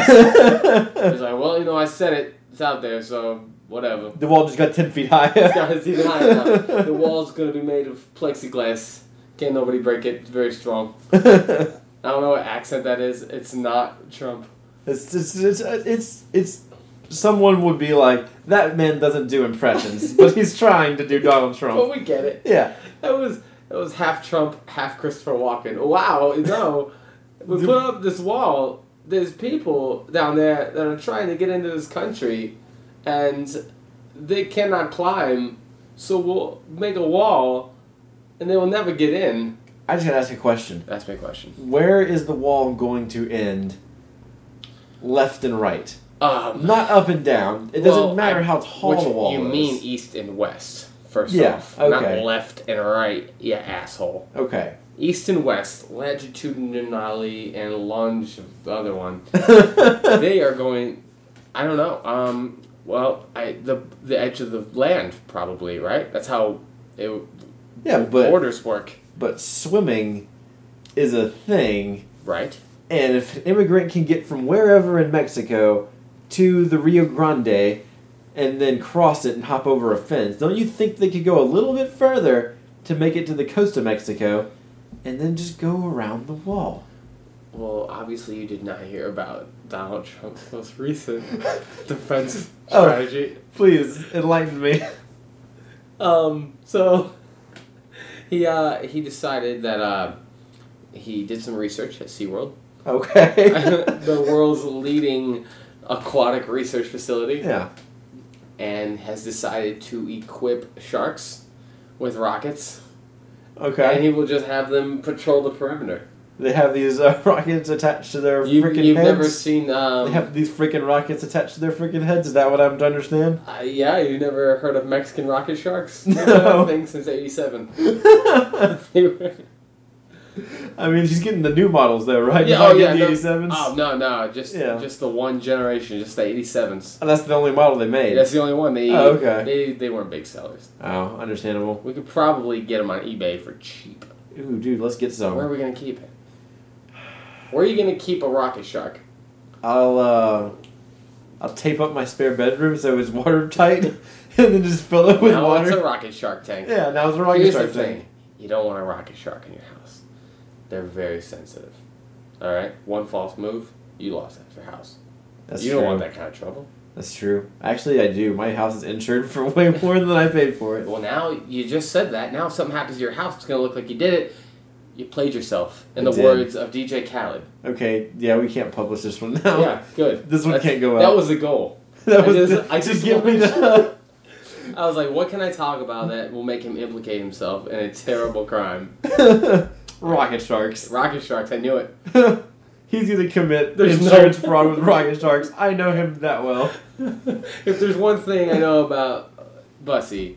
He's like, well, you know, I said it. It's out there, so whatever.
The wall just got ten feet high.
It's not it's even high enough. The wall's gonna be made of plexiglass. Can't nobody break it. It's very strong. I don't know what accent that is. It's not Trump.
It's it's it's, it's it's someone would be like that man doesn't do impressions, but he's trying to do Donald Trump.
But we get it.
Yeah,
That was that was half Trump, half Christopher Walken. Wow, no. We put up this wall. There's people down there that are trying to get into this country and they cannot climb, so we'll make a wall and they will never get in.
I just gotta ask you a question.
That's my question.
Where is the wall going to end? Left and right,
Um,
not up and down. It
Well,
doesn't matter
I-
how tall
which
the wall
you
is.
mean east and west, first
Yeah,
off.
okay.
Not left and right, you asshole.
Okay.
East and West, longitudinally and longe, the other one. they are going. I don't know. Um, well, I the the edge of the land probably right. That's how it,
yeah, but
borders work,
but swimming is a thing.
right?
And if an immigrant can get from wherever in Mexico to the Rio Grande and then cross it and hop over a fence, don't you think they could go a little bit further to make it to the coast of Mexico and then just go around the wall?
Well, obviously you did not hear about Donald Trump's most recent defense
Oh.
strategy.
Please enlighten me.
Um, so he uh, he decided that uh, he did some research at SeaWorld
Okay.
the world's leading aquatic research facility
yeah.
and has decided to equip sharks with rockets and
Okay.
he will just have them patrol the perimeter
They have these uh, rockets attached to their
you,
freaking
you've
heads.
never seen
they
um,
have these freaking rockets attached to their freaking heads. Is that what I'm to understand?
uh, yeah you've never heard of mexican rocket sharks
No.
They've been a thing since 87 They were-
I mean, she's getting the new models though, right?
Yeah,
Not
oh, yeah,
the
no.
87s.
oh no no just
Yeah.
just the one generation just the 87s
Oh, That's the only model they made.
that's the only one they
Oh, okay.
they, they weren't big sellers
Oh, understandable.
we could probably get them on ebay for cheap
Ooh, dude, let's get
Where are
some.
we gonna keep it? Where are you gonna keep a rocket shark?
I'll uh, I'll tape up my spare bedroom so it's watertight, and then just fill it with
now it's a
water.
rocket shark tank.
Yeah, now it's a rocket
Here's
shark
the thing.
thing.
You don't want a rocket shark in your house. They're very sensitive. All right, one false move, you lost half your house.
That's
you
true.
don't want that kind of trouble.
That's true. Actually, I do. My house is insured for way more than I paid for it.
Well, now you just said that. Now if something happens to your house, it's gonna look like you did it. You played yourself. In
I
the
did.
words of DJ Khaled.
Okay, yeah, we can't publish this one now.
Yeah, good.
This one
That's-
can't go
That
out.
was the goal.
that
I
was
just-
the-
I
to
just
give me
wanted-
the.
I was like, what can I talk about that will make him implicate himself in a terrible crime?
rocket sharks.
Rocket sharks, I knew it.
He's gonna commit
There's no-
insurance fraud with rocket sharks. I know him that well.
If there's one thing I know about uh, Bussy,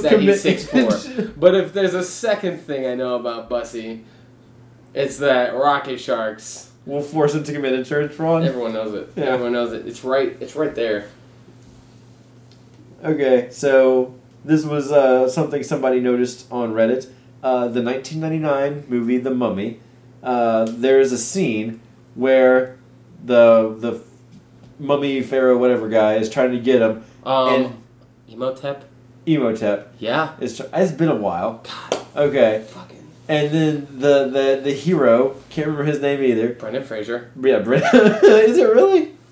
He'll
that he's
commit-
six four. But if there's a second thing I know about Bussy, it's that rocket sharks.
We'll force him to commit insurance fraud.
Everyone knows it.
Yeah.
Everyone knows it. It's right. It's right there.
Okay, so this was uh, something somebody noticed on Reddit. Uh, the 1999 movie The Mummy. Uh, there is a scene where the the mummy pharaoh whatever guy is trying to get him.
Um, Emotep.
Emotep
Yeah.
is. Tr- it's been a while.
God.
Okay,
Fucking
and then the the, the hero can't remember his name either.
Brendan Fraser.
Yeah, Brendan. is it really?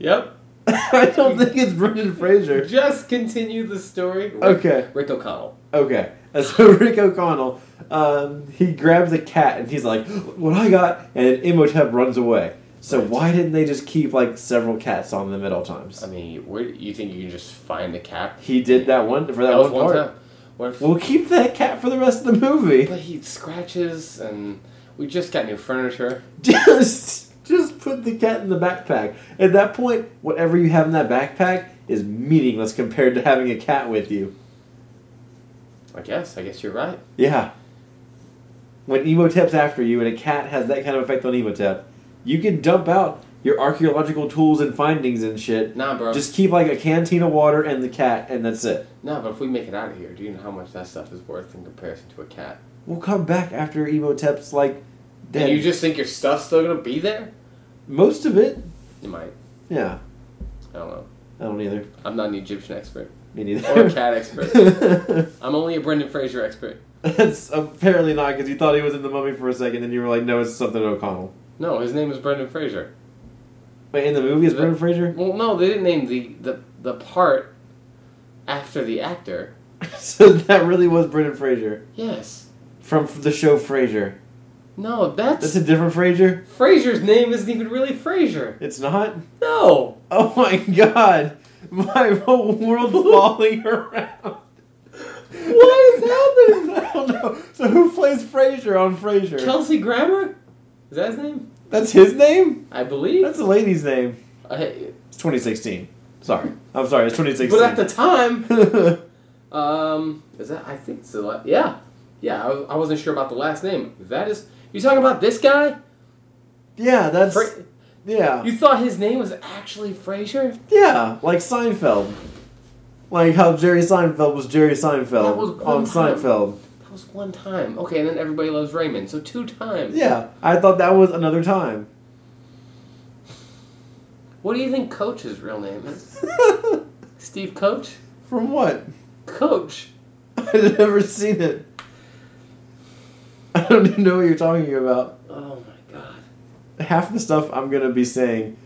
Yep.
I don't think it's Brendan Fraser.
Just continue the story. Rick-
Okay.
Rick O'Connell.
Okay. And so Rick O'Connell, um, he grabs a cat and he's like, "What I got?" And Imhotep runs away. So
Right.
why didn't they just keep like several cats on them at all times?
I mean, where you think you can just find a cat?
He did that one for that,
That was
one,
one
part.
time. What if
We'll keep that cat for the rest of the movie.
But he scratches, and we just got new furniture.
Just, just put the cat in the backpack. At that point, whatever you have in that backpack is meaningless compared to having a cat with you.
I guess. I guess you're right.
Yeah. When Emotep's after you and a cat has that kind of effect on Emotep, you can dump out your archaeological tools and findings and shit.
Nah, bro.
Just keep like a canteen of water and the cat, and that's it.
nah, but if we make it out of here, do you know how much that stuff is worth in comparison to a cat?
We'll come back after Emotep's like dead.
And you just think your stuff's still gonna be there?
Most of it,
You might.
yeah.
I don't know.
I don't either.
I'm not an Egyptian expert
Me
or a
neither.
cat expert. I'm only a Brendan Fraser expert.
That's apparently not because you thought he was in the mummy for a second, and you were like, no, it's something O'Connell.
No, his name is Brendan Fraser.
Wait, in the movie is Brendan Fraser?
Well, no, they didn't name the, the, the part after the actor.
so that really was Brendan Fraser
Yes.
from f- the show Fraser.
No, that's,
That's a different Fraser.
Fraser's name isn't even really Fraser.
It's not.
No.
Oh my god, my whole world's falling around.
What is happening?
I don't know. So who plays Fraser on Fraser?
Kelsey Grammer? Is that his name?
That's his name.
I believe.
That's a lady's name.
I-
It's 2016. Sorry, I'm sorry. It's 2016.
but at the time, um, is that I think it's the la- yeah, yeah. I, I wasn't sure about the last name. That is, you talking about this guy?
yeah, that's
Fra-
yeah.
you thought his name was actually Fraser?
Yeah, like Seinfeld. Like how Jerry Seinfeld was Jerry Seinfeld
That was one
on
time.
Seinfeld.
That was one time. Okay, and then everybody loves Raymond. So two times.
Yeah, I thought that was another time.
What do you think Coach's real name is? Steve Coach?
From what?
Coach.
I've never seen it. I don't even know what you're talking about.
Oh my god.
Half the stuff I'm gonna be saying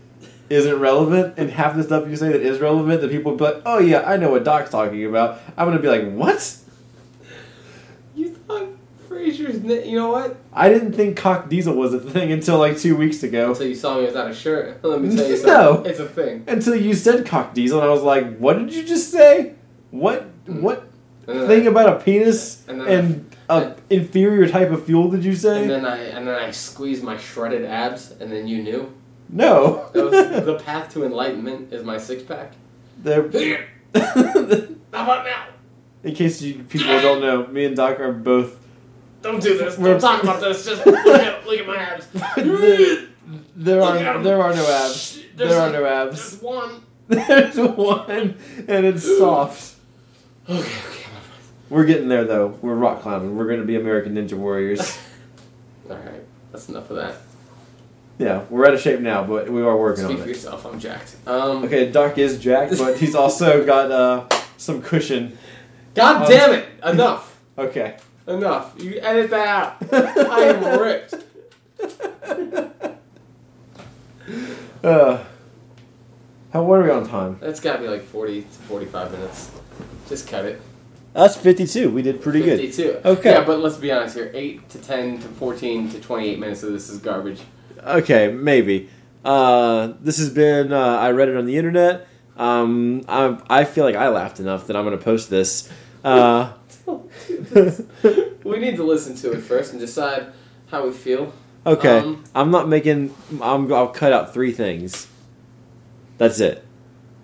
isn't relevant, and half the stuff you say that is relevant, that people will be like, "Oh yeah, I know what Doc's talking about." I'm gonna be like, "What?"
You thought Fraser's name? You know what?
I didn't think cock diesel was a thing until like two weeks ago.
Until you saw me without a shirt. Let me tell you
No.
something. It's a thing.
Until you said cock diesel, and I was like, "What did you just say? What what
And then
thing about a penis
Mm. Uh, And
and,
then
a inferior type of fuel did you
I, and
say?
then I and then I squeezed my shredded abs, and then you knew.
No.
That was the path to enlightenment is my six pack.
They're-
How about now?
In case you people don't know, me and Doc are both
Don't do this.
We're-
Don't talk about this. Just look at, look at my abs.
there, there
Look at
are
'em.
there are no abs.
Shh,
There
there's-
are no abs.
There's one.
There's one and it's soft.
Okay, okay. I'm out of
We're getting there though. We're rock climbing. We're gonna be American Ninja Warriors.
breath. All right, that's enough of that.
Yeah, we're out of shape now, but we are working
Speak
on
for
it.
yourself. I'm jacked. Um,
Okay, Doc is jacked, but he's also got uh, some cushion.
God
Um,
damn it! Enough.
Okay.
Enough. You edit that out. I am ripped.
Uh, how what are we on time?
That's got to be like 40 to 45 minutes. Just cut it.
That's 52. We did pretty good.
52.
Okay.
Yeah, but let's be honest here. 8 to 10 to 14 to 28 minutes of this is garbage.
Okay, maybe. Uh, this has been. Uh, I read it on the internet. Um, I I feel like I laughed enough that I'm gonna post this. Uh,
We need to listen to it first and decide how we feel.
okay,
Um,
I'm not making. I'm. I'll cut out three things. That's it.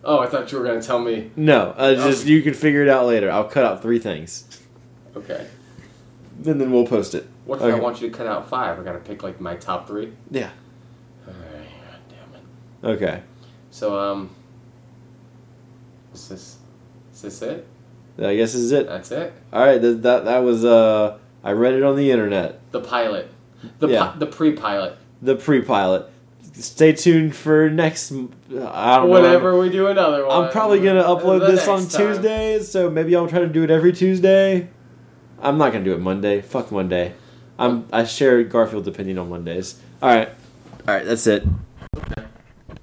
oh, I thought you were going to tell me.
No, uh, just you can figure it out later. I'll cut out three things,
Okay.
and then we'll post it.
What if I
Okay.
want you to cut out five? I got to pick like my top three.
Yeah.
All right. God damn it.
Okay,
So, um. Is this. Is this it?
I guess this is it.
That's it?
All right, that that, that was. Uh, I read it on the internet.
The pilot. The,
Yeah.
pi- the pre pilot.
the pre-pilot. Stay tuned for next. m- I don't know.
Whenever we do another one.
I'm probably gonna upload
The
this on
next time.
Tuesdays, so maybe I'll try to do it every Tuesday. I'm not gonna do it Monday. Fuck Monday. I'm I share Garfield's opinion on Mondays. All right, all right. That's it.